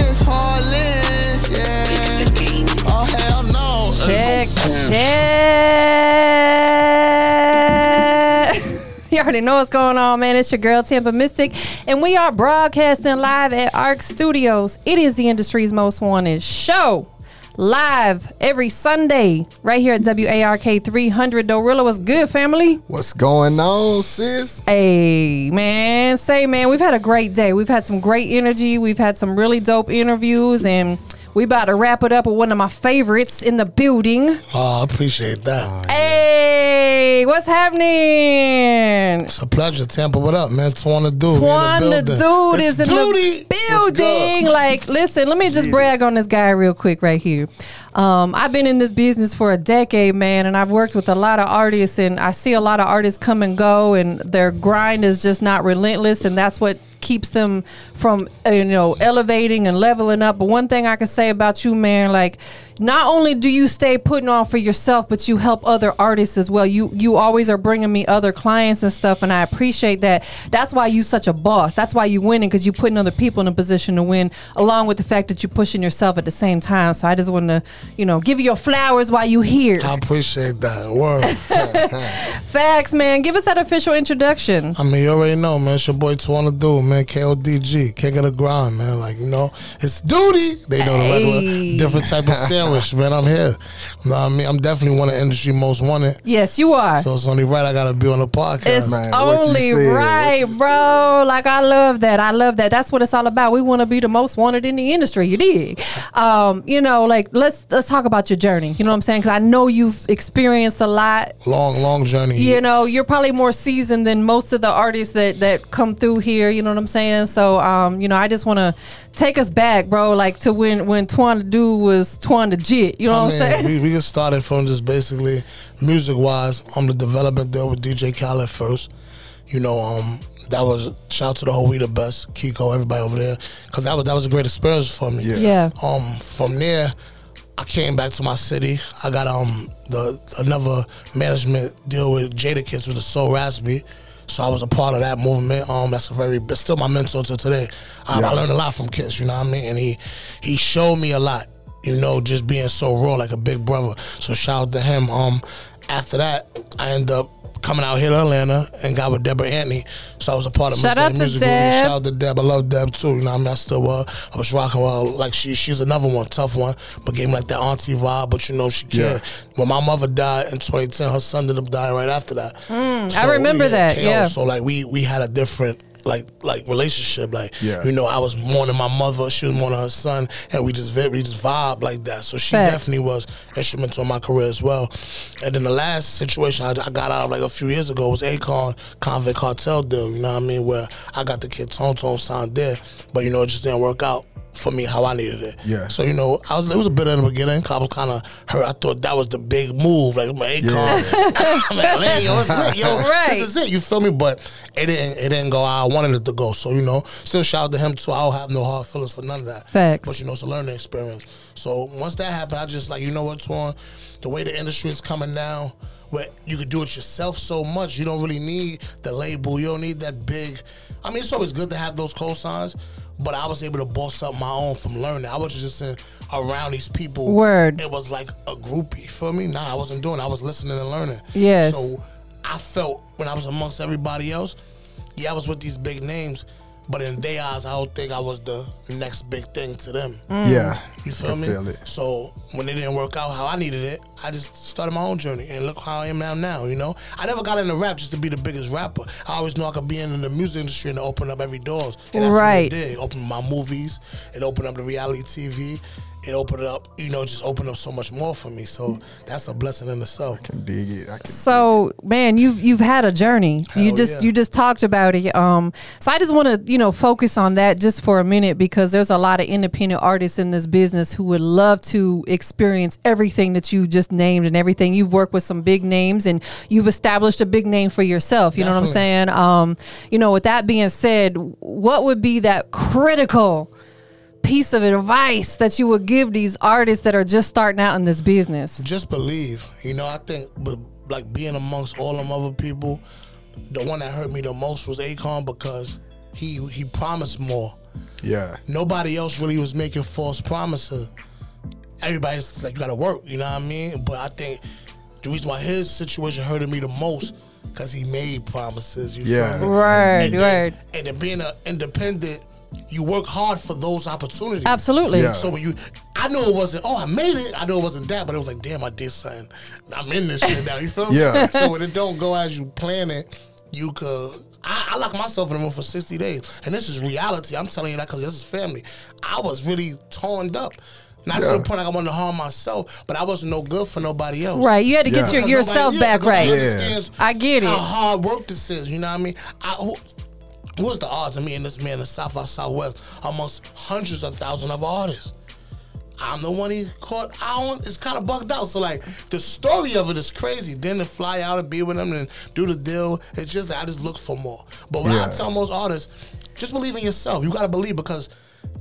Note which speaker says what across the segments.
Speaker 1: You already know what's going on, man. It's your girl Tampa Mystic, and we are broadcasting live at ARC Studios. It is the industry's most wanted show. Live every Sunday, right here at WARK 300. Dorilla was good, family.
Speaker 2: What's going on, sis?
Speaker 1: Hey, man. Say, man, we've had a great day. We've had some great energy. We've had some really dope interviews, and we about to wrap it up with one of my favorites in the building.
Speaker 3: Oh, I appreciate that.
Speaker 1: Hey, what's happening?
Speaker 3: It's a pleasure, Tampa. What up, man? It's Twan the Dude. We
Speaker 1: Twan the
Speaker 3: in the building.
Speaker 1: dude
Speaker 3: It's
Speaker 1: is in
Speaker 3: Duty.
Speaker 1: the building. Like, listen, let me just brag on this guy real quick right here. Um, I've been in this business for a decade, man, and I've worked with a lot of artists, and I see a lot of artists come and go, and their grind is just not relentless, and that's what keeps them from uh, you know elevating and leveling up. But one thing I can say about you, man, like not only do you stay putting on for yourself, but you help other artists as well. You you always are bringing me other clients and stuff, and I appreciate that. That's why you such a boss. That's why you winning because you putting other people in a position to win, along with the fact that you're pushing yourself at the same time. So I just want to you know give you your flowers while you here.
Speaker 3: I appreciate that. Word.
Speaker 1: Facts, man. Give us that official introduction.
Speaker 3: I mean, you already know, man. It's your boy Twan the Dude, man. KODG, kick of the grind, man. Like, you know, it's duty. They know the
Speaker 1: Hey.
Speaker 3: regular, different type of sandwich, man. I'm here. You know what I mean? I'm definitely one of the industry most wanted.
Speaker 1: Yes, you are.
Speaker 3: So it's only right I got to be on the podcast.
Speaker 1: It's
Speaker 2: Man, what you
Speaker 1: only
Speaker 2: said, what
Speaker 1: right,
Speaker 2: you
Speaker 1: bro. Like I love that. I love that. That's what it's all about. We want to be the most wanted in the industry. You dig? Um, you know, like let's let's talk about your journey. You know what I'm saying? Because I know you've experienced a lot.
Speaker 3: long, long journey.
Speaker 1: You know, you're probably more seasoned than most of the artists that that come through here. You know what I'm saying? So, um, you know, I just want to take us back, bro. Like to when when Twan the Dude was Twan the Jit. You know
Speaker 3: I
Speaker 1: what I'm
Speaker 3: mean,
Speaker 1: saying?
Speaker 3: We, we get started from just basically music wise. I'm the development deal with DJ Khaled first. You know, um, that was shout out to the whole We the Best, Kiko, everybody over there, because that was that was a great experience for me.
Speaker 1: Yeah.
Speaker 3: Um, from there, I came back to my city. I got um the another management deal with Jada Kids with the Soul Raspy. So I was a part of that movement. Um, that's a very, but still my mentor to today. I, I learned a lot from Kiss, you know what I mean. And he he showed me a lot, you know, just being so raw like a big brother. So shout out to him. Um, after that, I ended up coming out here to Atlanta and got with Deborah Anthony. So I was a part of
Speaker 1: Shout
Speaker 3: Mr.
Speaker 1: out to
Speaker 3: music movement.
Speaker 1: Deb.
Speaker 3: Shout out to Deb. I love Deb too. You know, what I mean, I still uh, I was rocking well. Like she, she's another one, tough one, but gave me like that auntie vibe. But you know, she
Speaker 2: Yeah.
Speaker 3: cared. When my mother died in 2010, her son ended up dying right after that.
Speaker 1: Hmm, I remember that, yeah.
Speaker 3: So like we we had a different. Like like relationship, like
Speaker 2: Yeah.
Speaker 3: you know, I was mourning my mother, she was mourning her son, and we just vi- we just vibe like that. So she
Speaker 1: Facts.
Speaker 3: definitely was instrumental in my career as well. And then the last situation I, I got out of like a few years ago was Akon Convict Cartel deal. You know what I mean? Where I got the kid Tone Tone signed there, but you know it just didn't work out for me how I needed it.
Speaker 2: Yeah.
Speaker 3: So you know I was it was a bit in the beginning. 'cause I was kind of hurt. I thought that was the big move. Like my Akon, I'm like, "Man, yo, it's lit, yo.
Speaker 1: Right.
Speaker 3: This is it. You feel me? But it didn't it didn't go how I wanted it to go. So you know, still shout out to him too. I don't have no hard feelings for none of that.
Speaker 1: Facts.
Speaker 3: But you know, it's a learning experience. So once that happened, I just like, you know what, Twan? The way the industry is coming now, where you could do it yourself so much, you don't really need the label. You don't need that big. I mean, it's always good to have those cosigns, but I was able to boss up my own from learning. I was just in, around these people.
Speaker 1: Word.
Speaker 3: It was like a groupie. Feel me? Nah, I wasn't doing. it. I was listening and learning.
Speaker 1: Yes.
Speaker 3: So I felt when I was amongst everybody else, yeah, I was with these big names, but in their eyes, I don't think I was the next big thing to them.
Speaker 2: Yeah.
Speaker 3: Mm. You feel
Speaker 2: I
Speaker 3: me?
Speaker 2: feel it.
Speaker 3: So when it didn't work out how I needed it, I just started my own journey and look how I am now. Now you know, I never got into rap just to be the biggest rapper. I always knew I could be in the music industry and open up every doors. And that's What
Speaker 1: Right.
Speaker 3: it did. It opened my movies. It opened up the reality TV. It opened up, you know, just opened up so much more for me. So that's a blessing in itself.
Speaker 2: Can dig it. I can
Speaker 1: So man, you've you've had a journey. you
Speaker 3: Hell
Speaker 1: just
Speaker 3: yeah.
Speaker 1: you just talked about it. Um, so I just want to you know focus on that just for a minute because there's a lot of independent artists in this business who would love to experience everything that you just named and everything. You've worked with some big names and you've established a big name for yourself. You know what I'm
Speaker 3: Definitely.
Speaker 1: saying? Um, you know, with that being said, what would be that critical? piece of advice that you would give these artists that are just starting out in this business
Speaker 3: Just believe. You know, I think but like being amongst all them other people, the one that hurt me the most was Akon because he he promised more.
Speaker 2: Yeah.
Speaker 3: Nobody else really was making false promises. Everybody's like, you gotta work, you know what I mean? But I think the reason why his situation hurted me the most because he made promises. You
Speaker 2: Yeah.
Speaker 3: feel me?
Speaker 1: Right,
Speaker 3: And then-
Speaker 1: right.
Speaker 3: And then being an independent, you work hard for those opportunities.
Speaker 1: Absolutely.
Speaker 2: Yeah.
Speaker 3: So when you, I know it wasn't. Oh, I made it. I know it wasn't that, but it was like, damn, I did something. I'm in this shit now. You feel me?
Speaker 2: Yeah.
Speaker 3: So when it don't go as you plan it, you could. I, I locked myself in the room for 60 days, and this is reality. I'm telling you that because this is family. I was really torn up, not
Speaker 2: Yeah.
Speaker 3: to the point like I wanted to harm myself, but I wasn't no good for nobody else.
Speaker 1: Right. You had to get
Speaker 2: Yeah.
Speaker 1: your yourself back right.
Speaker 2: Yeah.
Speaker 1: I get
Speaker 3: How
Speaker 1: it.
Speaker 3: hard work this is, you know what I mean? I, who, what's the odds of me and this man in South by Southwest amongst hundreds of thousands of artists? I'm the one he caught out on. It's kind of bugged out. So, like, the story of it is crazy. Then to fly out and be with him and do the deal, it's just like, I just look for more. But when I
Speaker 2: Yeah.
Speaker 3: tell most artists, just believe in yourself. You got to believe because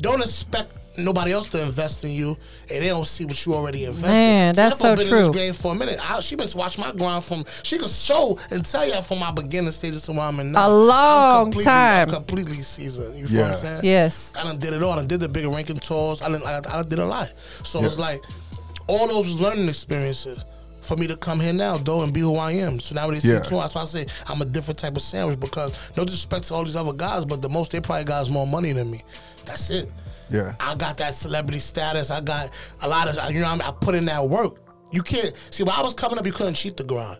Speaker 3: don't expect nobody else to invest in you and they don't see what you already invested.
Speaker 1: Man,
Speaker 3: See,
Speaker 1: that's
Speaker 3: I've
Speaker 1: so
Speaker 3: been in this
Speaker 1: true.
Speaker 3: game for a minute. I, she been watch my grind from. She could show and tell you from my beginning stages to where I'm in now.
Speaker 1: A
Speaker 3: I'm
Speaker 1: long
Speaker 3: completely-
Speaker 1: time.
Speaker 3: I'm completely seasoned. You feel
Speaker 2: Yeah.
Speaker 3: what I'm saying?
Speaker 1: Yes.
Speaker 3: I done did it all. I done did the big ranking tours. I done, I, I done did a lot. So it's like all those was learning experiences for me to come here now though and be who I am. So now when they see
Speaker 2: Yeah.
Speaker 3: tour, that's why I say I'm a different type of sandwich because no disrespect to all these other guys, but the most they probably got is more money than me. That's it.
Speaker 2: Yeah.
Speaker 3: I got that celebrity status. I got a lot of you know what I, mean? I put in that work. You can't see when I was coming up, you couldn't cheat the grind.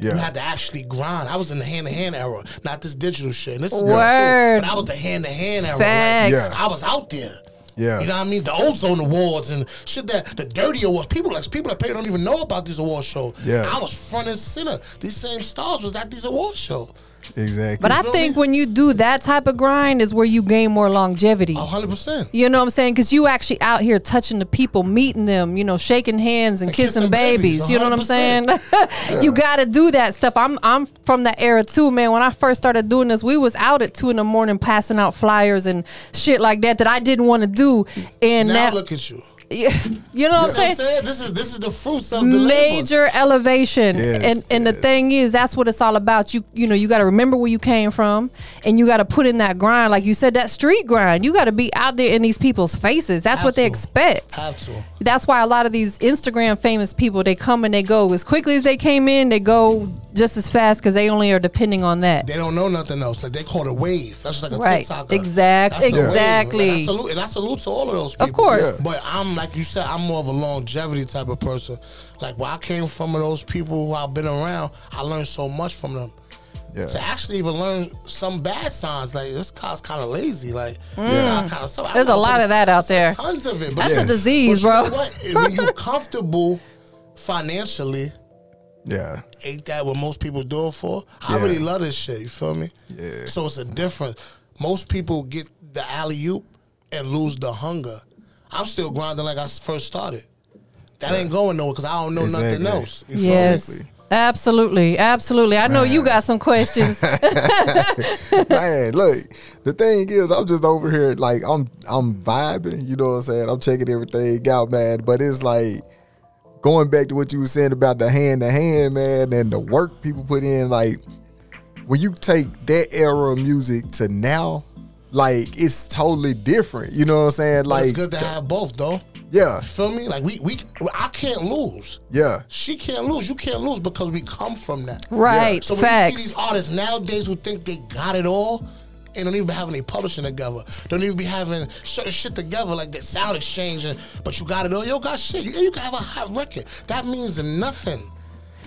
Speaker 2: Yeah.
Speaker 3: You had to actually grind. I was in the hand to hand era, not this digital shit. And this is
Speaker 1: Word.
Speaker 3: But I was the hand to hand era.
Speaker 1: Facts.
Speaker 2: Yeah.
Speaker 3: I was out there.
Speaker 2: Yeah.
Speaker 3: You know what I mean? The Ozone Awards and shit that the Dirty Awards. People like people that probably don't even know about this award show.
Speaker 2: Yeah.
Speaker 3: I was front and center. These same stars was at these award shows.
Speaker 2: Exactly.
Speaker 1: But I
Speaker 3: feel
Speaker 1: think
Speaker 3: me?
Speaker 1: when you do that type of grind is where you gain more longevity.
Speaker 3: hundred percent.
Speaker 1: You know what I'm saying? Because you actually out here touching the people, meeting them, you know, shaking hands and,
Speaker 3: And
Speaker 1: kissing,
Speaker 3: kissing
Speaker 1: babies.
Speaker 3: babies,
Speaker 1: You know what I'm saying? You got to do that stuff. I'm I'm from that era too, man. When I first started doing this, we was out at two in the morning passing out flyers and shit like that that I didn't want to do. And
Speaker 3: Now
Speaker 1: that,
Speaker 3: look at you.
Speaker 1: you know what I'm
Speaker 3: You know what
Speaker 1: saying?
Speaker 3: I'm saying? This is this is the fruits of the labor.
Speaker 1: major elevation
Speaker 2: Yes,
Speaker 1: and and the
Speaker 2: yes.
Speaker 1: thing is that's what it's all about you you know you got to remember where you came from and you got to put in that grind like you said that street grind you got to be out there in these people's faces that's what they
Speaker 3: Absolutely.
Speaker 1: expect
Speaker 3: Have to.
Speaker 1: that's why a lot of these Instagram famous people they come and they go as quickly as they came in they go just as fast because they only are depending on that
Speaker 3: They don't know nothing else. Like they call it a wave. That's just like a
Speaker 1: Right.
Speaker 3: TikTok.
Speaker 1: Exact-
Speaker 3: That's a wave.
Speaker 1: exactly.
Speaker 3: And I, salute, and I salute to all of those people.
Speaker 1: course. Yeah.
Speaker 3: But I'm like you said, I'm more of a longevity type of person. Like where I came from and those people who I've been around, I learned so much from them.
Speaker 2: Yeah.
Speaker 3: To actually even learn some bad signs, like this guy's kind of lazy. Like kind of stuff. I
Speaker 1: Mm. There's a
Speaker 3: don't
Speaker 1: lot
Speaker 3: know.
Speaker 1: of that out there.
Speaker 3: Tons of it. But
Speaker 1: that's a
Speaker 2: Yes.
Speaker 3: but you
Speaker 1: disease bro
Speaker 3: know what? when you're comfortable financially,
Speaker 2: yeah.
Speaker 3: ain't that what most people do it for? I
Speaker 2: Yeah.
Speaker 3: really love this shit. You feel me?
Speaker 2: Yeah.
Speaker 3: So it's a difference. Most people get the alley oop and lose the hunger. I'm still grinding like I s- first started. That ain't going nowhere because I don't know nothing
Speaker 2: Exactly.
Speaker 3: else. You feel me?
Speaker 1: yes
Speaker 2: Exactly.
Speaker 1: absolutely absolutely I know you got some questions
Speaker 2: Man, look, the thing is, I'm just over here, like I'm I'm vibing, you know what I'm saying? I'm checking everything out, man. But it's like going back to what you were saying about the hand to hand, man, and the work people put in, like when you take that era of music to now, like it's totally different. You know what I'm saying?
Speaker 3: But
Speaker 2: Like
Speaker 3: it's good to have both though.
Speaker 2: Yeah,
Speaker 3: Feel me? Like we we I can't lose.
Speaker 2: yeah,
Speaker 3: She can't lose. You can't lose because we come from that.
Speaker 1: Right,
Speaker 3: So when you
Speaker 1: facts.
Speaker 3: see these artists nowadays who think they got it all and don't even be having any publishing together, don't even be having certain shit together like that sound exchange, and, but you got it all. Yo, got shit. You, you can have a hot record. That means nothing.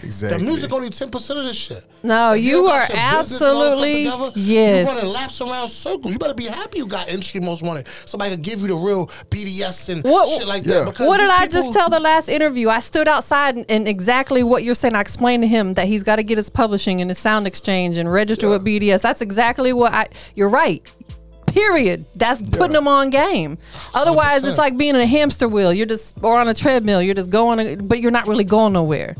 Speaker 2: exactly.
Speaker 3: The music only 10% of this shit.
Speaker 1: No,
Speaker 3: If
Speaker 1: you
Speaker 3: don't
Speaker 1: are
Speaker 3: got your business and all that stuff
Speaker 1: absolutely-
Speaker 3: together,
Speaker 1: yes.
Speaker 3: You running laps around circles. You better be happy you got industry most wanted. Somebody could give you the real BDS and
Speaker 1: What-
Speaker 3: shit like
Speaker 2: Yeah.
Speaker 3: that. because
Speaker 1: What did
Speaker 3: these
Speaker 1: I just
Speaker 3: people-
Speaker 1: tell the last interview? I stood outside and, and exactly what you're saying. I explained to him that he's got to get his publishing and his sound exchange and register with BDS. That's exactly what I. You're right. Period. That's putting them on game. Otherwise, it's
Speaker 3: 100%.
Speaker 1: like being in a hamster wheel. You're just or on a treadmill. You're just going, but you're not really going nowhere.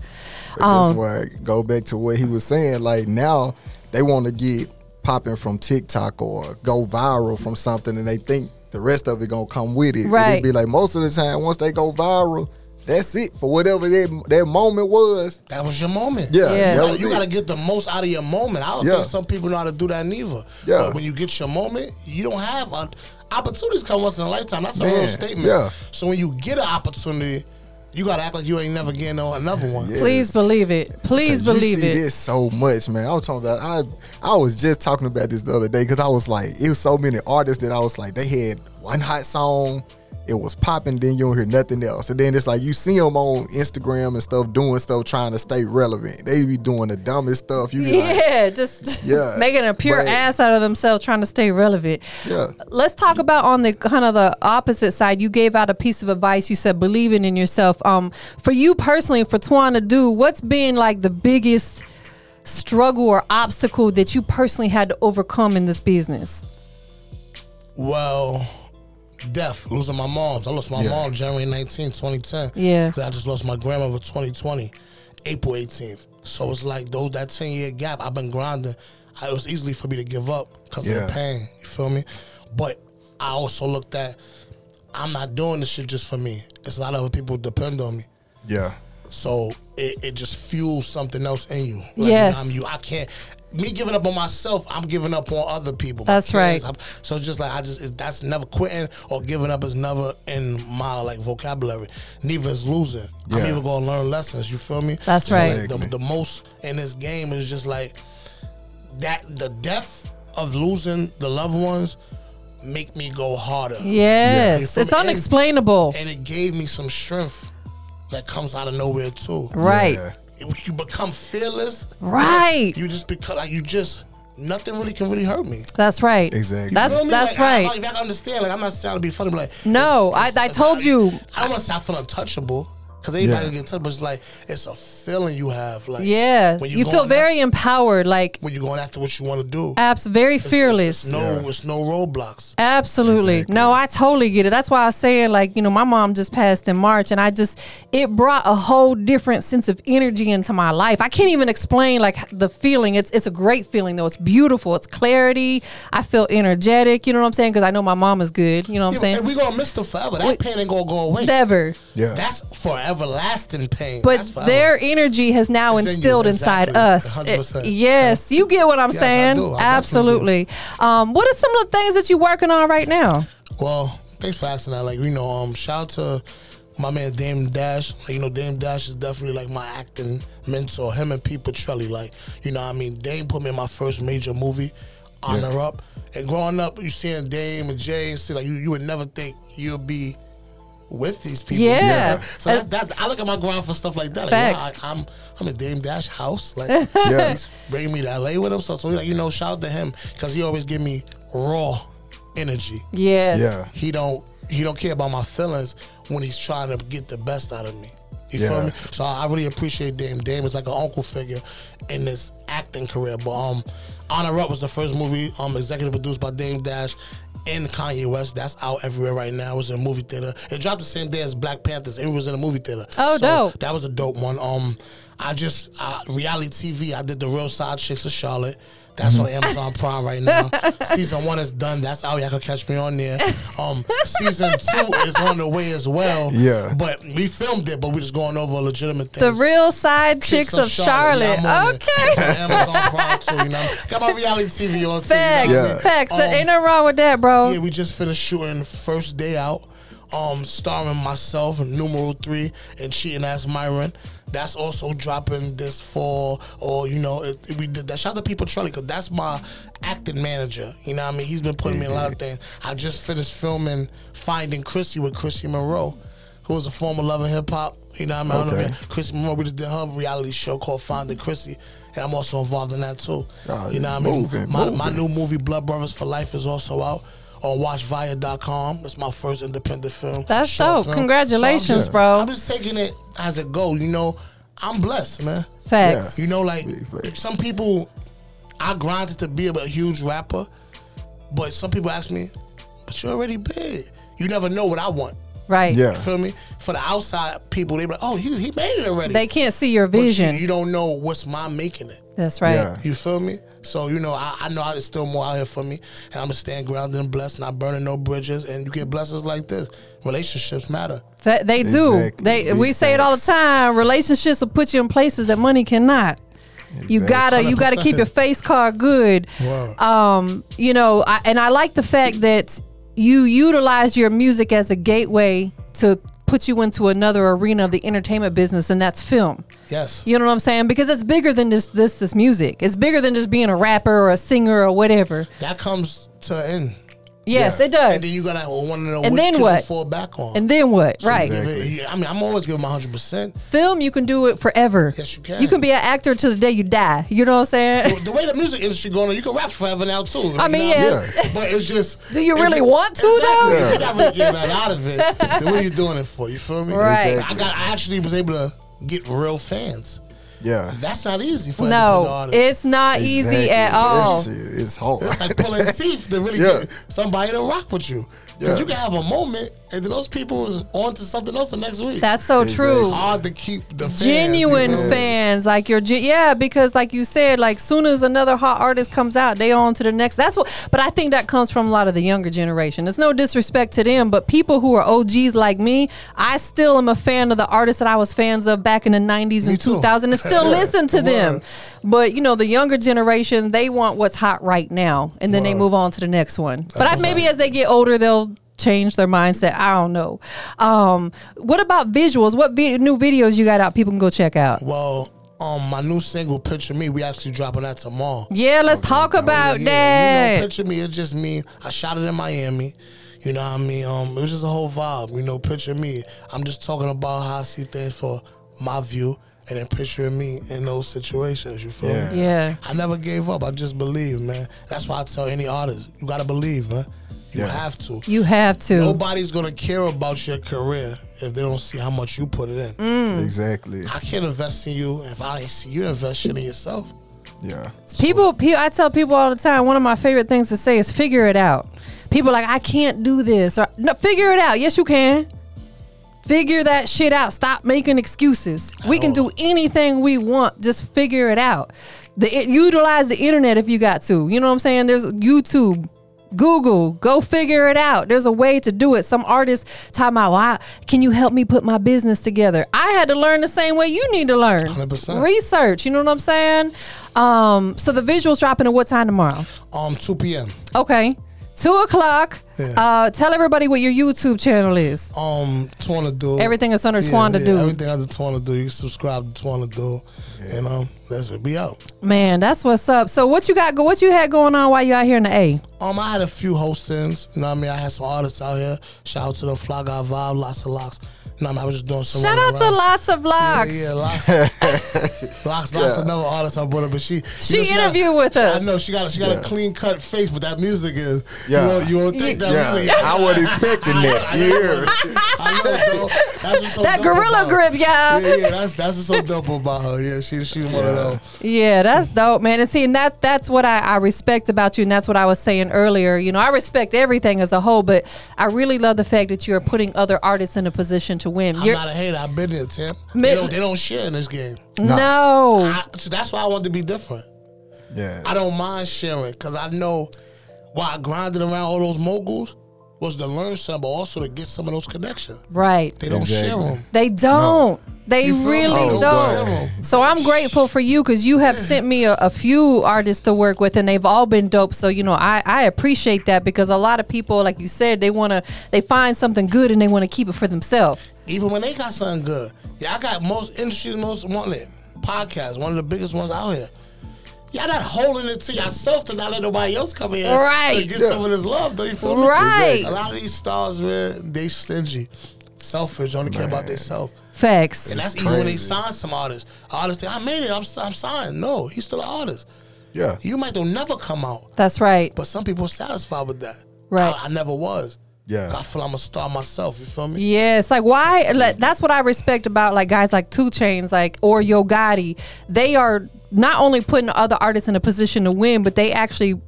Speaker 1: Um,
Speaker 2: That's why I go back to what he was saying. Like now they want to get popping from TikTok or go viral from something, and they think the rest of it gonna come with it. And
Speaker 1: Right.
Speaker 2: it be like most of the time, once they go viral, that's it for whatever that that moment was.
Speaker 3: That was your moment.
Speaker 2: Yeah,
Speaker 1: Yeah.
Speaker 2: that
Speaker 3: So
Speaker 2: was
Speaker 3: you
Speaker 2: it.
Speaker 3: gotta get the most out of your moment. I don't
Speaker 2: Yeah.
Speaker 3: think some people know how to do that neither.
Speaker 2: Yeah.
Speaker 3: But when you get your moment, you don't have a, opportunities come once in a lifetime. That's a real
Speaker 2: Man,
Speaker 3: statement.
Speaker 2: yeah.
Speaker 3: So when you get an opportunity, You gotta act like you ain't never getting no another one.
Speaker 2: Yeah.
Speaker 1: Please believe it. Please
Speaker 2: 'Cause
Speaker 1: believe
Speaker 2: you see
Speaker 1: it.
Speaker 2: this so much, man. I'm talking about. I I was just talking about this the other day because I was like, it was so many artists that I was like, they had one hot song, it was popping, then you don't hear nothing else, and then it's like you see them on Instagram and stuff doing stuff, trying to stay relevant. They be doing the dumbest stuff. You be like,
Speaker 1: Yeah, just
Speaker 2: Yeah,
Speaker 1: making a pure
Speaker 2: but-
Speaker 1: ass out of themselves trying to stay relevant.
Speaker 2: Yeah.
Speaker 1: Let's talk about on the kind of the opposite side. You gave out a piece of advice. You said believing in yourself. Um, for you personally, for Twana Do, what's been like the biggest struggle or obstacle that you personally had to overcome in this business?
Speaker 3: Well, death, losing my mom's. I lost my
Speaker 2: Yeah.
Speaker 3: mom January 19, 2010.
Speaker 1: Yeah.
Speaker 3: Then I just lost my grandmother 2020, April 18th. So it's like those that 10 year gap, I've been grinding. I, it was easily for me to give up because
Speaker 2: Yeah.
Speaker 3: of the pain. You feel me? But I also looked at, I'm not doing this shit just for me. It's a lot of other people depend on me.
Speaker 2: yeah,
Speaker 3: So it, it just fuels something else in you. Like, when
Speaker 1: Yes.
Speaker 3: I'm you. I can't. Me giving up on myself, I'm giving up on other people. my
Speaker 1: That's
Speaker 3: kids.
Speaker 1: right.
Speaker 3: I'm- so it's just like I just it, that's never quitting or giving up is never in my like vocabulary. Neither is losing. I'm
Speaker 2: Yeah.
Speaker 3: even gonna learn lessons. You feel me?
Speaker 1: That's
Speaker 3: So, like,
Speaker 2: Exactly.
Speaker 3: the, the most in this game is just like that. The death of losing the loved ones make me go harder.
Speaker 1: Yes,
Speaker 3: Yeah.
Speaker 1: it's unexplainable.
Speaker 3: And it gave me some strength that comes out of nowhere too
Speaker 1: right.
Speaker 2: Yeah.
Speaker 3: you become fearless.
Speaker 1: Right.
Speaker 3: You just become like you just nothing really can really hurt me.
Speaker 1: That's right.
Speaker 2: Exactly.
Speaker 1: That's
Speaker 3: Feel me?
Speaker 1: that's
Speaker 3: Like, I,
Speaker 1: right.
Speaker 3: I, like, I can understand. Like I'm not trying to be funny, but like
Speaker 1: no, I, I told you.
Speaker 3: I don't want to say I feel untouchable because anybody
Speaker 2: Yeah.
Speaker 3: can get touched, but it's like it's a feeling you have. Like
Speaker 1: Yeah,
Speaker 3: when
Speaker 1: you feel
Speaker 3: going after,
Speaker 1: very empowered. Like
Speaker 3: when you're going after what you want to do.
Speaker 1: Abs very
Speaker 3: It's- it's-
Speaker 1: fearless.
Speaker 3: It's, no, it's no roadblocks.
Speaker 1: Absolutely.
Speaker 2: Exactly.
Speaker 1: No, I totally get it. That's why I was saying, like, you know, my mom just passed in March, and I just, it brought a whole different sense of energy into my life. I can't even explain, like, the feeling. It's, it's a great feeling, though. It's beautiful. It's clarity. I feel energetic. You know what I'm saying? Because I know my mom is good. You know what I'm
Speaker 3: Yeah,
Speaker 1: saying?
Speaker 3: and we gonna miss them forever. That pain ain't gonna go away.
Speaker 1: Never.
Speaker 2: yeah.
Speaker 3: That's for everlasting pain.
Speaker 1: But
Speaker 3: That's forever.
Speaker 1: their energy has now
Speaker 3: It's in you,
Speaker 1: instilled inside
Speaker 3: exactly,
Speaker 1: us.
Speaker 3: 100%.
Speaker 1: It- yes, you get what I'm
Speaker 3: Yes, I
Speaker 1: saying.
Speaker 3: do. I
Speaker 1: Absolutely.
Speaker 3: definitely
Speaker 1: Um, what are some of the things that you're working on right now?
Speaker 3: Well, thanks for asking that. Like, you know, um, shout out to my man Dame Dash. Like, you know, Dame Dash is definitely like my acting mentor. Him and Pete Petrelli. Like, you know, what I mean, Dame put me in my first major movie, Honor Up. And growing up, you seeing Dame and Jay, and see, like, you, you would never think you'll be with these people.
Speaker 1: Yeah.
Speaker 3: So that, that, I look at my grind for stuff like that. Like, you know,
Speaker 1: Facts.
Speaker 3: I, I'm I'm in Dame Dash house. Like,
Speaker 2: Yeah.
Speaker 3: he's bringing me to LA with him. So, so like, you know, shout out to him because he always give me raw energy
Speaker 1: Yes.
Speaker 2: Yeah.
Speaker 3: he don't he don't care about my feelings when he's trying to get the best out of me. You
Speaker 2: Yeah.
Speaker 3: feel me? So I I really appreciate Dame. Dame is like an uncle figure in this acting career. But um, Honor Up was the first movie um executive produced by Dame Dash and Kanye West. That's out everywhere right now. It was in a movie theater. It dropped the same day as Black Panthers. and It was in a movie theater.
Speaker 1: Oh, dope.
Speaker 3: That was a dope one. Um, I just uh, reality TV. I did the Real Side Chicks of Charlotte. That's
Speaker 1: Mm-hmm.
Speaker 3: on Amazon Prime right now. season one is done. That's out. Y'all can catch me on there. Um, season two is on the way as well.
Speaker 2: Yeah.
Speaker 3: but we filmed it, but we're just going over legitimate things.
Speaker 1: The real side chicks, of Charlotte.
Speaker 3: Yeah, I'm on it. It's
Speaker 1: Okay.
Speaker 3: on Amazon Prime too. You know, what I mean? got my reality TV on too. you know what I
Speaker 1: Facts.
Speaker 3: mean?
Speaker 2: Yeah.
Speaker 1: Facts. There
Speaker 3: Um,
Speaker 1: ain't nothing wrong with that, bro.
Speaker 3: Yeah, we just finished shooting first day out, um, starring myself, numeral three, and cheating ass Myron. That's also dropping this fall, or you know, it, we did that. Shout out to people Charlie, cause that's my acting manager. You know, what I mean, he's been putting me in a lot of things. I just finished filming Finding Chrissy with Chrissy Monroe, who was a former Love and Hip Hop. You know, what I mean, I don't know if
Speaker 2: Okay.
Speaker 3: you- Chrissy Monroe. We just did her reality show called Finding Chrissy, and I'm also involved in that too.
Speaker 2: Oh,
Speaker 3: you know, what I mean,
Speaker 2: moving,
Speaker 3: my, my new
Speaker 2: moving.
Speaker 3: movie Blood Brothers for Life is also out on watchvia.com. It's my first independent film.
Speaker 1: That's
Speaker 3: short
Speaker 1: dope. Congratulations,
Speaker 3: So I'm just-
Speaker 1: bro.
Speaker 3: I'm just taking it as it go. You know, I'm blessed, man.
Speaker 1: Facts.
Speaker 3: You know, like
Speaker 2: Big facts.
Speaker 3: some people, I grinded to be a huge rapper, but some people ask me, "But you're already big. You never know what I want."
Speaker 1: Right.
Speaker 2: Yeah.
Speaker 3: You feel me? For the outside people, they be like, "Oh, he, he made it already."
Speaker 1: They can't see your
Speaker 3: But you-
Speaker 1: vision.
Speaker 3: you don't know what's my making it.
Speaker 1: That's right.
Speaker 2: Yeah.
Speaker 3: You feel me? So you know, I, I know it's still more out here for me, and I'm gonna stand grounded and blessed, not burning no bridges. And you get blessings like this. Relationships matter.
Speaker 1: Fa- they do.
Speaker 2: Exactly.
Speaker 1: They
Speaker 2: Big
Speaker 1: we say it all the
Speaker 2: facts.
Speaker 1: time. Relationships will put you in places that money cannot. You
Speaker 2: Exactly.
Speaker 1: gotta you gotta keep your face card good.
Speaker 3: Word.
Speaker 1: Um, you know, I, and I like the fact that you utilize your music as a gateway to put you into another arena of the entertainment business, and that's film.
Speaker 3: Yes.
Speaker 1: You know what I'm saying? Because it's bigger than just this this music. It's bigger than just being a rapper or a singer or whatever.
Speaker 3: That comes to an end.
Speaker 1: Yes, it
Speaker 3: And then
Speaker 1: does.
Speaker 3: you gotta want to know
Speaker 1: And
Speaker 3: which
Speaker 1: then
Speaker 3: can you
Speaker 1: what?
Speaker 3: fall back on.
Speaker 1: And then what? Right.
Speaker 3: Give it- yeah, I mean, I'm always giving my hundred percent.
Speaker 1: Film, you can do it forever.
Speaker 3: Yes, you can.
Speaker 1: You can be an actor till the day you die. You know what I'm saying?
Speaker 3: The way the music industry going on, you can rap forever now too.
Speaker 1: I mean, yeah.
Speaker 3: But it's just.
Speaker 1: Do you
Speaker 3: if
Speaker 1: really want to, though?
Speaker 3: Exactly. If you're not really getting that out of it, then what are you doing it for? You feel me?
Speaker 1: Right.
Speaker 3: I, got, I actually was able to get real fans.
Speaker 2: Yeah.
Speaker 3: That's not easy for independent
Speaker 1: No,
Speaker 3: artists.
Speaker 1: it's not easy at all.
Speaker 2: It's, it's hard.
Speaker 3: It's like pulling teeth to really
Speaker 2: Yeah.
Speaker 3: get somebody to rock with you. Because
Speaker 2: Yeah.
Speaker 3: you can have a moment, and then those people is on to something else the next week.
Speaker 1: That's so
Speaker 2: It's
Speaker 1: true.
Speaker 3: it's hard to keep the fans,
Speaker 1: Genuine
Speaker 3: you know?
Speaker 1: fans, like your gen- yeah, because like you said, like soon as another hot artist comes out, they on to the next. That's what, but I think that comes from a lot of the younger generation. It's no disrespect to them, but people who are OGs like me, I still am a fan of the artists that I was fans of back in the '90s
Speaker 3: Me
Speaker 1: and
Speaker 3: too.
Speaker 1: 2000s, and still
Speaker 3: Yeah.
Speaker 1: listen to them.
Speaker 3: Word.
Speaker 1: But you know, the younger generation, they want what's hot right now, and then they
Speaker 3: Word.
Speaker 1: move on to the next one. but I,
Speaker 3: what's
Speaker 1: maybe
Speaker 3: up.
Speaker 1: as they get older, they'll change their mindset. I don't know. Um, what about visuals? What vi- new videos you got out? People can go check out.
Speaker 3: Well, um, my new single, Picture Me, we actually dropping that tomorrow.
Speaker 1: Yeah, let's talk about
Speaker 3: Oh, Yeah, You know,
Speaker 1: that.
Speaker 3: picture me. It's just me. I shot it in Miami. You know what I mean? Um, it was just a whole vibe. You know, picture me. I'm just talking about how I see things for my view, and then picturing me in those situations. You feel
Speaker 2: Yeah.
Speaker 3: me?
Speaker 1: yeah.
Speaker 3: I never gave up. I just believe, man. That's why I tell any artist, you gotta believe, man. You
Speaker 2: Yeah.
Speaker 3: have to.
Speaker 1: You have to.
Speaker 3: Nobody's gonna care about your career if they don't see how much you put it in.
Speaker 1: Mm.
Speaker 2: Exactly.
Speaker 3: I can't invest in you if I ain't see you invest shit in yourself.
Speaker 2: Yeah.
Speaker 1: People, pe- I tell people all the time. One of my favorite things to say is figure it out. People are like I can't do this or no, figure it out. Yes, you can. Figure that shit out. Stop making excuses. We
Speaker 3: Oh.
Speaker 1: can do anything we want. Just figure it out. The, it, utilize the internet if you got to. You know what I'm saying? There's YouTube. Google, go figure it out. There's a way to do it. Some artists talk about, why can you help me put my business together? I had to learn the same way you need to learn.
Speaker 3: 100%.
Speaker 1: Research, you know what I'm saying? Um, so the visuals dropping at what time tomorrow?
Speaker 3: Um, 2 p.m.
Speaker 1: Okay, two o'clock.
Speaker 3: Yeah.
Speaker 1: Uh, tell everybody what your YouTube channel is.
Speaker 3: um Twana Dude.
Speaker 1: Everything that's under
Speaker 3: Yeah,
Speaker 1: Twana
Speaker 3: yeah,
Speaker 1: Dude.
Speaker 3: Everything under Twana Dude. You can subscribe to Twana Dude. And um, that's it. Be out.
Speaker 1: Man, that's what's up. So what you got? Go, what you had going on while you out here in the A?
Speaker 3: Um, I had a few hostings. You know what I mean? I had some artists out here. Shout out to the Fly Guy Vibe, lots of locks. You know what I mean? I was just doing some.
Speaker 1: Shout out to lots of vlogs.
Speaker 3: Yeah, yeah, locks. locks, locks. Another artist I brought up, but she
Speaker 1: She
Speaker 3: got-
Speaker 1: interviewed with
Speaker 3: she-
Speaker 1: us.
Speaker 3: I know she got a, she got
Speaker 2: Yeah.
Speaker 3: a clean cut face, but that music is.
Speaker 2: Yeah.
Speaker 3: You won't, you won't think that
Speaker 2: Yeah.
Speaker 3: music.
Speaker 2: I wasn't expecting that. Yeah.
Speaker 3: I know, though. That's what's so
Speaker 1: That
Speaker 3: dope
Speaker 1: gorilla
Speaker 3: about her.
Speaker 1: grip, y'all.
Speaker 3: yeah, yeah, that's that's what's so dope about her. Yeah, she she's one of those.
Speaker 1: Yeah, that's dope, man. And see, and that that's what I, I respect about you, and that's what I was saying earlier. You know, I respect everything as a whole, but I really love the fact that you are putting other artists in a position to win.
Speaker 3: I'm
Speaker 1: You're,
Speaker 3: not a hater. I've been there, Tim.
Speaker 1: Mid-
Speaker 3: They don't, they don't share in this game.
Speaker 1: no,
Speaker 3: I, so that's why I want to be different.
Speaker 2: Yeah.
Speaker 3: I don't mind sharing because I know why I grinded around all those moguls was to learn some, but also to get some of those connections.
Speaker 1: right?
Speaker 3: They don't
Speaker 2: Exactly.
Speaker 3: share them.
Speaker 1: They don't. They
Speaker 3: You feel me?
Speaker 1: really
Speaker 2: Oh,
Speaker 1: don't.
Speaker 2: wow.
Speaker 1: So I'm grateful for you because you have sent me a, a few artists to work with, and they've all been dope. So you know, I I appreciate that because a lot of people, like you said, they wanna they find something good and they want to keep it for themselves.
Speaker 3: Even when they got something good, yeah, I got most industries most wanted podcast, one of the biggest ones out here. Y'all not holding it to yourself to not let nobody else come in to
Speaker 1: Right.
Speaker 3: get
Speaker 2: Yeah.
Speaker 3: some of this love. Don't you feel me?
Speaker 1: Right.
Speaker 3: A lot of these stars, man, they stingy, selfish, only care about themselves.
Speaker 1: Facts.
Speaker 3: And that's
Speaker 2: It's
Speaker 3: even when they
Speaker 2: crazy.
Speaker 3: sign some artists. Artists, think, I made it. I'm, I'm signed. No, he's still an artist.
Speaker 2: Yeah.
Speaker 3: You might don't never come out,
Speaker 1: That's right.
Speaker 3: but some people satisfied with that.
Speaker 1: Right.
Speaker 3: I, I never was.
Speaker 2: Yeah.
Speaker 3: I feel I'm a star myself. You feel me?
Speaker 1: Yes, like why? Like, that's what I respect about like guys like Two Chains, like or Yo Gotti. They are not only putting other artists in a position to win, but they actually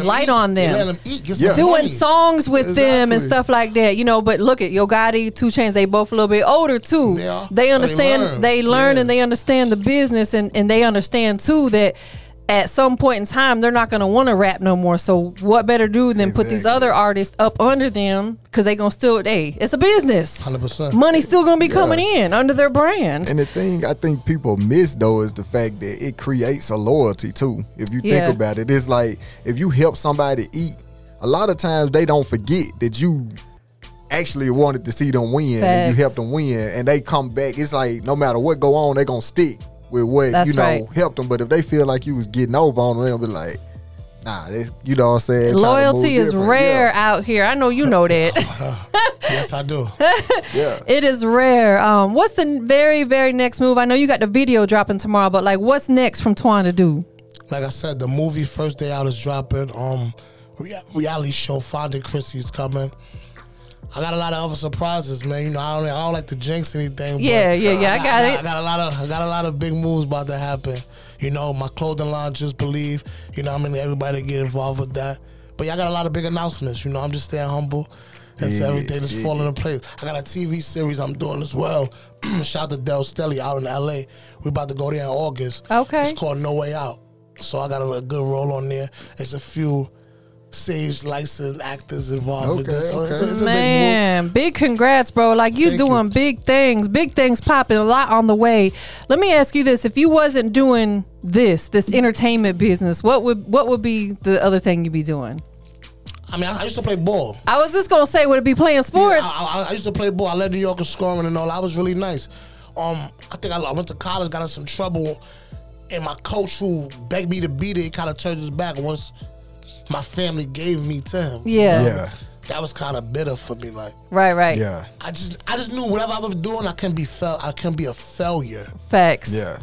Speaker 3: Let 'em
Speaker 1: light
Speaker 3: eat.
Speaker 1: on
Speaker 3: Let
Speaker 1: them.
Speaker 3: 'em eat. Get
Speaker 2: Yeah.
Speaker 3: some
Speaker 1: Doing
Speaker 3: money.
Speaker 1: songs with them and
Speaker 3: Exactly.
Speaker 1: stuff like that, you know. But look at Yo Gotti, Two Chains. They both a little bit older too.
Speaker 3: They are. So
Speaker 1: They
Speaker 3: they
Speaker 1: understand.
Speaker 3: learn.
Speaker 1: they learn
Speaker 3: Yeah.
Speaker 1: and they understand the business, and and they understand too that. At some point in time, they're not going to want to rap no more. So, what better do than put these
Speaker 2: Exactly.
Speaker 1: other artists up under them because they going to still, hey, it's a business
Speaker 3: Hundred percent.
Speaker 1: money's still gonna be coming in under their brand.
Speaker 2: And the thing I think people miss though is the fact that it creates a loyalty too. If you
Speaker 1: Yeah.
Speaker 2: think about it, it's like if you help somebody eat, a lot of times they don't forget that you actually wanted to see them win and
Speaker 1: Facts.
Speaker 2: you helped them win and they come back, it's like no matter what go on, they gonna stick with what
Speaker 1: That's
Speaker 2: you know
Speaker 1: right.
Speaker 2: helped them. But if they feel like you was getting over on them, they'll be like, nah, this, you know what I'm saying? try to move
Speaker 1: Loyalty is
Speaker 2: different.
Speaker 1: rare out here. I know you know that.
Speaker 3: yes, I do.
Speaker 2: Yeah. yeah.
Speaker 1: it is rare. Um, what's the very, very next move? I know you got the video dropping tomorrow, but like, what's next from Twan to do?
Speaker 3: like I said, the movie First Day Out is dropping. Um, rea- reality show Finding Chrissy is coming. I got a lot of other surprises, man. You know, I don't, I don't like to jinx anything. but
Speaker 1: Yeah, yeah, yeah, I got it.
Speaker 3: I got a lot of, I got a lot of big moves about to happen. You know, my clothing line, just believe. You know, I mean, everybody get involved with that. But yeah, I got a lot of big announcements. You know, I'm just staying humble. And so
Speaker 2: Yeah,
Speaker 3: everything is
Speaker 2: yeah,
Speaker 3: falling in place. I got a TV series I'm doing as well. Shout out to Del Stelly out in LA. we about to go there in August.
Speaker 1: Okay.
Speaker 3: It's called No Way Out. So I got a, good role on there. It's a few sage licensed actors involved with
Speaker 2: Okay,
Speaker 3: this. So it's,
Speaker 2: okay.
Speaker 3: it's a big move.
Speaker 1: Man, big, congrats, bro. Like you
Speaker 3: Thank
Speaker 1: doing
Speaker 3: you.
Speaker 1: big things, big things popping, a lot on the way. Let me ask you this. If you wasn't doing this, this entertainment business, what would what would be the other thing you'd be doing?
Speaker 3: I mean, I, I used to play ball.
Speaker 1: I was just gonna say would it be playing sports?
Speaker 3: I, I, I used to play ball. I led New York in scoring and all. I was really nice. Um, I think I, I went to college, got in some trouble, and my coach who begged me to be there kind of turned his back once my family gave me to him.
Speaker 1: yeah.
Speaker 2: Yeah.
Speaker 3: That was kind of bitter for me. Like,
Speaker 1: Right, right.
Speaker 2: Yeah.
Speaker 3: I just, I just knew whatever I was doing, I can be fel- I can be a failure.
Speaker 1: Facts.
Speaker 2: Yeah.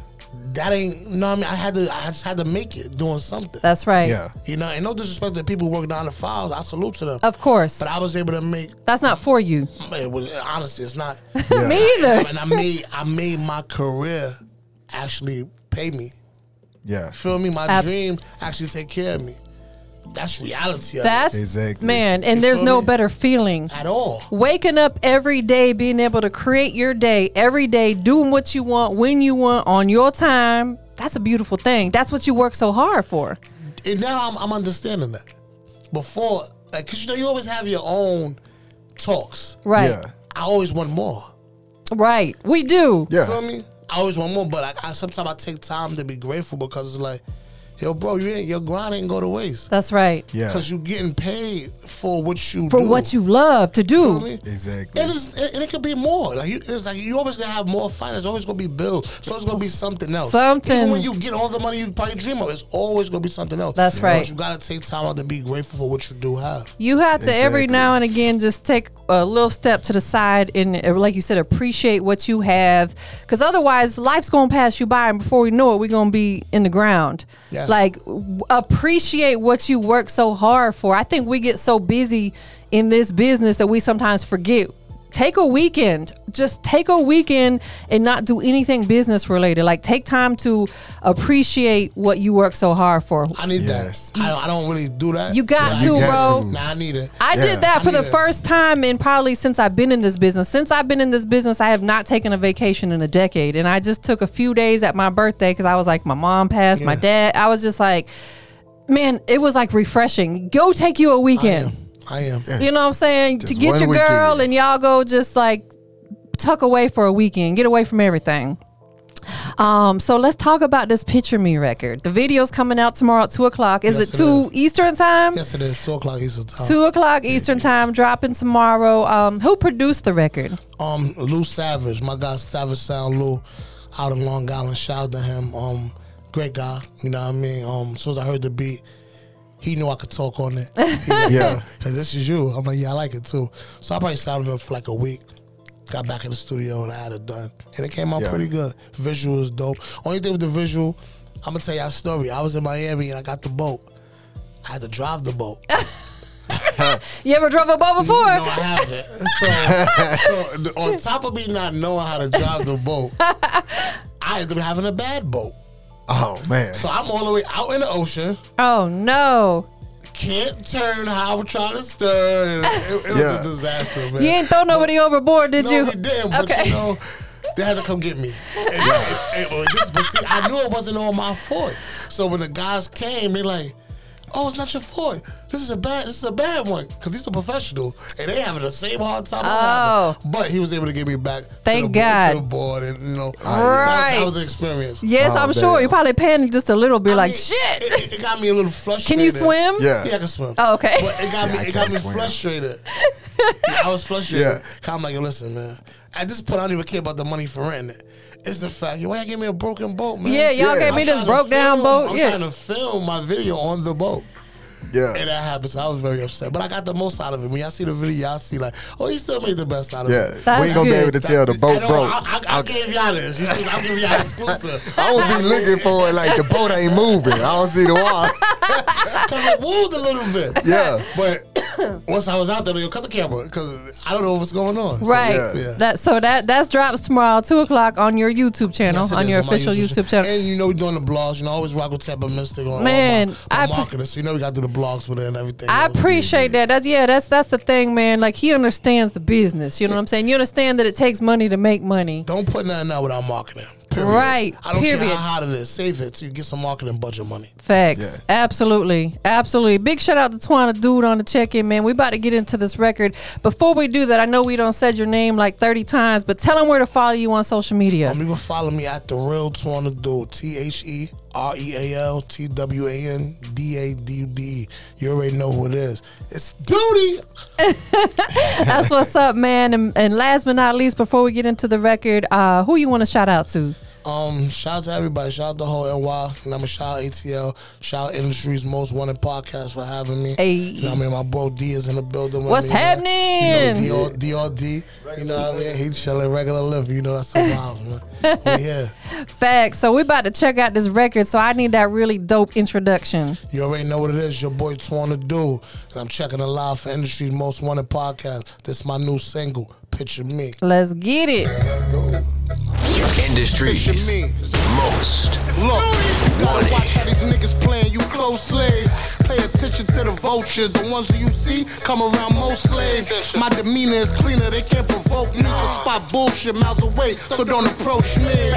Speaker 3: that ain't you know what I mean I had to I just had to make it doing something.
Speaker 1: That's right.
Speaker 2: Yeah.
Speaker 3: you know, and no disrespect to the people who work down the files, I salute to them.
Speaker 1: Of course.
Speaker 3: but I was able to make
Speaker 1: That's not for you.
Speaker 3: it was, honestly it's not
Speaker 2: Yeah.
Speaker 1: me either.
Speaker 3: and I made I made my career actually pay me.
Speaker 2: Yeah.
Speaker 3: Feel me? My
Speaker 1: Abs-
Speaker 3: dream actually take care of me. That's reality of
Speaker 1: That's
Speaker 2: Exactly.
Speaker 1: man, and
Speaker 3: You
Speaker 1: there's
Speaker 3: feel
Speaker 1: no
Speaker 3: me?
Speaker 1: better feeling.
Speaker 3: it at all.
Speaker 1: Waking up every day, being able to create your day every day, doing what you want, when you want, on your time. That's a beautiful thing. That's what you work so hard for.
Speaker 3: and now I'm, I'm understanding that. Before like cause you know you always have your own talks.
Speaker 1: Right.
Speaker 2: Yeah.
Speaker 3: I always want more.
Speaker 1: Right. We do.
Speaker 2: Yeah.
Speaker 3: Feel me? I always want more, but I, I sometimes I take time to be grateful because it's like, yo, bro, you ain't, your grind ain't go to waste
Speaker 1: That's right.
Speaker 2: Yeah.
Speaker 3: because you getting paid for what you
Speaker 1: For
Speaker 3: do,
Speaker 1: what you love to do.
Speaker 3: Feel me?
Speaker 2: Exactly.
Speaker 3: And, it's, and it could be more. Like you, it's like you always gonna have more finance. Always gonna be bills. So it's gonna be something else.
Speaker 1: Something.
Speaker 3: Even when you get all the money you probably dream of, it's always gonna be something else.
Speaker 1: That's
Speaker 3: But
Speaker 1: right.
Speaker 3: you gotta take time out to be grateful for what you do have.
Speaker 1: You have to every
Speaker 2: Exactly.
Speaker 1: now and again just take a little step to the side and, uh, like you said, appreciate what you have. Because otherwise, life's going to pass you by. And before we know it, we're going to be in the ground.
Speaker 3: Yes.
Speaker 1: Like, w- appreciate what you work so hard for. I think we get so busy in this business that we sometimes forget. Take a weekend. Just take a weekend and not do anything business related. Like, take time to appreciate what you work so hard for.
Speaker 3: I need
Speaker 2: Yes.
Speaker 3: that. I, I don't really do that.
Speaker 1: You got
Speaker 2: You
Speaker 1: to, bro.
Speaker 2: got to.
Speaker 3: Nah, I need it.
Speaker 1: I
Speaker 2: Yeah.
Speaker 1: did that
Speaker 3: I
Speaker 1: for the
Speaker 3: mean, uh,
Speaker 1: first time in probably since I've been in this business. Since I've been in this business, I have not taken a vacation in a decade. And I just took a few days at my birthday because I was like, my mom passed, my
Speaker 3: Yeah.
Speaker 1: dad. I was just like, man, it was like refreshing. Go take you a
Speaker 3: I am.
Speaker 1: weekend.
Speaker 3: I am.
Speaker 1: You know what I'm saying?
Speaker 2: Just
Speaker 1: to get
Speaker 2: one
Speaker 1: your
Speaker 2: weekend.
Speaker 1: girl and y'all go just like tuck away for a weekend, get away from everything. Um, so let's talk about this Picture Me record. The video's coming out tomorrow at 2 o'clock. Is
Speaker 3: Yes,
Speaker 1: it
Speaker 3: it is.
Speaker 1: 2 Eastern time?
Speaker 3: Yes, it is. Two o'clock Eastern time.
Speaker 1: Two o'clock Eastern time, dropping tomorrow. Um, who produced the record?
Speaker 3: um Lou Savage, my guy Savage Sound Lou, out in Long Island. Shout out to him. Um, great guy. You know what I mean? Um, as soon as I heard the beat, he knew I could talk on it. He like,
Speaker 2: Yeah.
Speaker 3: "Hey, this is you. I'm like, yeah, I like it too. So I probably sounded it for like a week. Got back in the studio and I had it done, and it came out
Speaker 2: Yeah.
Speaker 3: pretty good. Visual is dope. Only thing with the visual, I'm gonna tell y'all a story. I was in Miami and I got the boat. I had to drive the boat.
Speaker 1: You ever drove a boat before?
Speaker 3: No, I haven't. So, so on top of me not knowing how to drive the boat, I ended up having a bad boat.
Speaker 2: Oh man.
Speaker 3: So I'm all the way out in the ocean,
Speaker 1: Oh no!
Speaker 3: can't turn how I'm trying to stir. and It, it was
Speaker 2: Yeah.
Speaker 3: a disaster, man.
Speaker 1: You ain't throw nobody overboard, did
Speaker 3: no,
Speaker 1: you?
Speaker 3: we didn't, but
Speaker 1: okay.
Speaker 3: you know, they had to come get me. And, and- and this- but see, I knew it wasn't on my fault. So when the guys came, they like, "Oh, it's not your fault. This is a bad. This is a bad one because these are professionals and they having the same hard time." I'm having. But he was able to get me back.
Speaker 1: Oh.
Speaker 3: to the
Speaker 1: Thank
Speaker 3: board,
Speaker 1: God.
Speaker 3: to the board, and you know, that,
Speaker 1: Right.
Speaker 3: that was an experience.
Speaker 1: Yes,
Speaker 2: Oh,
Speaker 1: I'm sure
Speaker 2: damn.
Speaker 1: you probably panicked just a little bit,
Speaker 3: I
Speaker 1: like
Speaker 3: mean, It,
Speaker 1: shit.
Speaker 3: it- it got me a little frustrated.
Speaker 1: Can you swim?
Speaker 2: Yeah.
Speaker 3: Yeah, I can swim.
Speaker 1: Oh, okay.
Speaker 3: But it got
Speaker 2: See, I
Speaker 3: me, it
Speaker 2: can't
Speaker 3: got me
Speaker 2: swim.
Speaker 3: frustrated.
Speaker 4: Yeah, I was frustrated.
Speaker 2: Yeah.
Speaker 4: 'Cause I'm like, yo, listen, man. At this point, I don't even care about the money for renting it. It's the fact, yo, why y'all gave me a broken boat, man?
Speaker 1: Yeah, y'all
Speaker 2: Yeah.
Speaker 1: gave me
Speaker 4: I'm
Speaker 1: this
Speaker 4: trying to
Speaker 1: broke down
Speaker 4: film-
Speaker 1: boat.
Speaker 4: I'm
Speaker 1: yeah.
Speaker 4: trying to film my video on the boat. And
Speaker 2: Yeah.
Speaker 4: that happens. I was very upset. But I got the most out of it. When y'all see the video, y'all see like, oh, you still made the best out of
Speaker 2: Yeah.
Speaker 4: it.
Speaker 1: That's
Speaker 2: we ain't gonna be
Speaker 1: good.
Speaker 2: able to tell the
Speaker 4: I
Speaker 2: boat
Speaker 4: don't-
Speaker 2: broke.
Speaker 4: I, I, I gave y'all this. You see, I'm giving y'all exclusive.
Speaker 2: I don't be looking for it like the boat ain't moving. I don't see the wire.
Speaker 4: Because it moved a little bit.
Speaker 2: Yeah.
Speaker 4: But once I was out there, they go, cut the camera because I don't know what's going on. So,
Speaker 1: Right.
Speaker 2: Yeah.
Speaker 4: Yeah.
Speaker 1: That so that that's drops tomorrow two o'clock on your YouTube channel
Speaker 4: yes, it
Speaker 1: on
Speaker 4: is
Speaker 1: your
Speaker 4: my
Speaker 1: official YouTube channel.
Speaker 4: And you know, we're doing the blogs. You know, I always rock with Tampa Mystic on all
Speaker 1: Man,
Speaker 4: my, my
Speaker 1: I pre-
Speaker 4: marketing. So, you know, we got to do the blogs with it and everything.
Speaker 1: I
Speaker 4: It was-
Speaker 1: appreciate that. That's yeah. That's that's the thing, man. Like he understands the business. You know what I'm saying? You understand that it takes money to make money.
Speaker 4: Don't put nothing out without marketing. Period.
Speaker 1: Right,
Speaker 4: I don't care
Speaker 1: period.
Speaker 4: how hot it is. Save it so you get some marketing budget money.
Speaker 1: Facts.
Speaker 2: Yeah.
Speaker 1: Absolutely. Absolutely. Big shout out to Twana Dude on the check in, man. We about to get into this record. Before we do that, I know we don't said your name like 30 times, but tell them where to follow you on social media.
Speaker 4: Um, you can follow me at the real Twana Dude. T H E R E A L T W A N D A D U D. You already know who it is. It's duty.
Speaker 1: That's what's up, man. And, and last but not least, before we get into the record, uh, who you want to shout out to?
Speaker 4: Um, shout out to everybody. Shout out to whole NY. And I'm a shout out ATL. Shout out Industry's Most Wanted Podcast for having me.
Speaker 1: Hey.
Speaker 4: You know what I mean? My bro D is in the building. with
Speaker 1: What's
Speaker 4: me, man.
Speaker 1: happening?
Speaker 4: You know, DR, DRD. You know what I mean? He chilling regular live. You know that's a wild man. But yeah.
Speaker 1: Facts. So we about to check out this record, so I need that really dope introduction.
Speaker 4: You already know what it is. Your boy Twana Dude. And I'm checking it live for Industry's Most Wanted Podcast. This is my new single, Picture Me.
Speaker 1: Let's get it.
Speaker 5: Industries most
Speaker 3: Look, gotta watch how these niggas playing you closely. Pay attention to the vultures, the ones who you see come around mostly. My demeanor is cleaner, they can't provoke me. Can spot bullshit miles away, so don't approach me.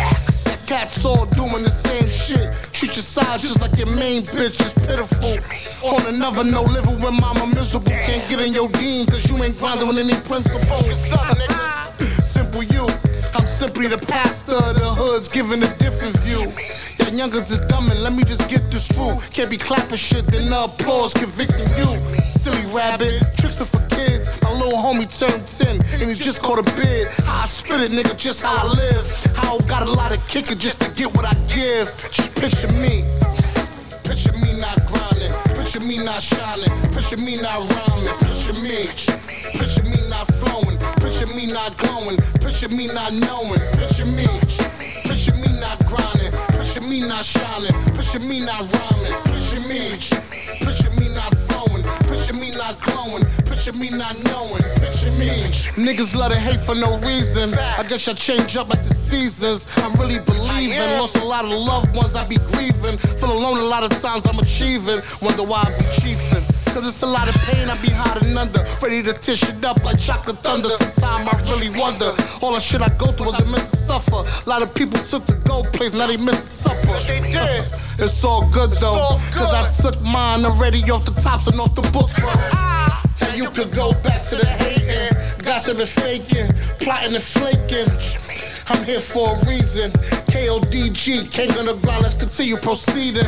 Speaker 3: Cats all doing the same shit. Treat your side just like your main bitch is pitiful. On another note, living with mama miserable. Can't get in your dean, cause you ain't grinding with any principles. nigga. Simple you. I'm simply the pastor of the hoods, giving a different view. Y'all youngers is dumb and let me just get this through. Can't be clapping shit, then the applause convicting you. Silly rabbit, tricks are for kids. My little homie turned 10 and he just caught a bid. How I spit it, nigga, just how I live. How I got a lot of kicking just to get what I give. Picture me. Picture me not grinding, picture me not shining, picture me not rhyming, picture me, picture me not flowing, picture me not glowing, picture me not knowing, picture me, picture me not grinding, picture me not shining, picture me not rhyming, picture me, picture me not flowing, picture me not glowing, picture me not knowing, picture me. Niggas love to hate for no reason. I guess I change up like the seasons. I'm really believing, lost a lot of loved ones I be grieving. Feel alone a lot of times I'm achieving. Wonder why I be cheating. Cause it's a lot of pain I be hiding under. Ready to tear shit up like chocolate thunder. Sometimes I really wonder. All the shit I go through wasn't meant to suffer. A lot of people took the go place, now they miss supper. They did. It's all good though. all good.
Speaker 4: Cause I took mine already off the tops and off the books, bro. Now you could go back to the hating, gossip and faking, plotting and flaking. I'm here for a reason. KODG, king on the ground, let's continue proceeding.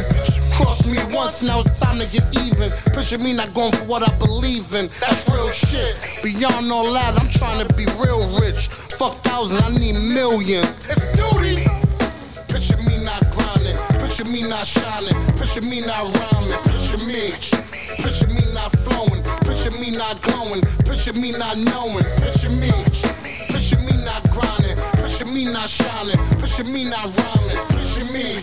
Speaker 4: Cross me once, now it's time to get even. Pushing me not going for what I believe in. That's real shit. Beyond all that, I'm trying to be real rich. Fuck thousands, I need millions. It's duty. Picture me not grinding, picture me not shining, picture me not rhyming, picture me, picture me not flowing, picture me not glowing, picture me not knowing, picture me, picture me not grinding, picture me not shining, picture me not rhyming, picture me,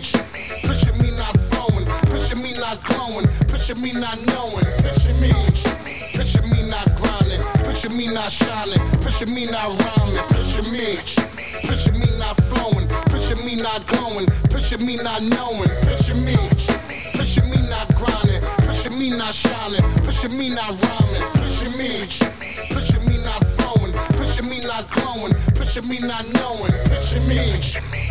Speaker 4: picture me not flowing, picture me not glowing, picture me not knowing, picture me, picture me not grinding, picture me not shining, picture me not rhyming, picture me, picture me not flowing, picture me not glowing, picture me not knowing, picture me, picture me not grinding, picture me not shining, picture me not rhyming, picture me, picture me not flowing, picture me not glowing, picture me not knowing, picture me.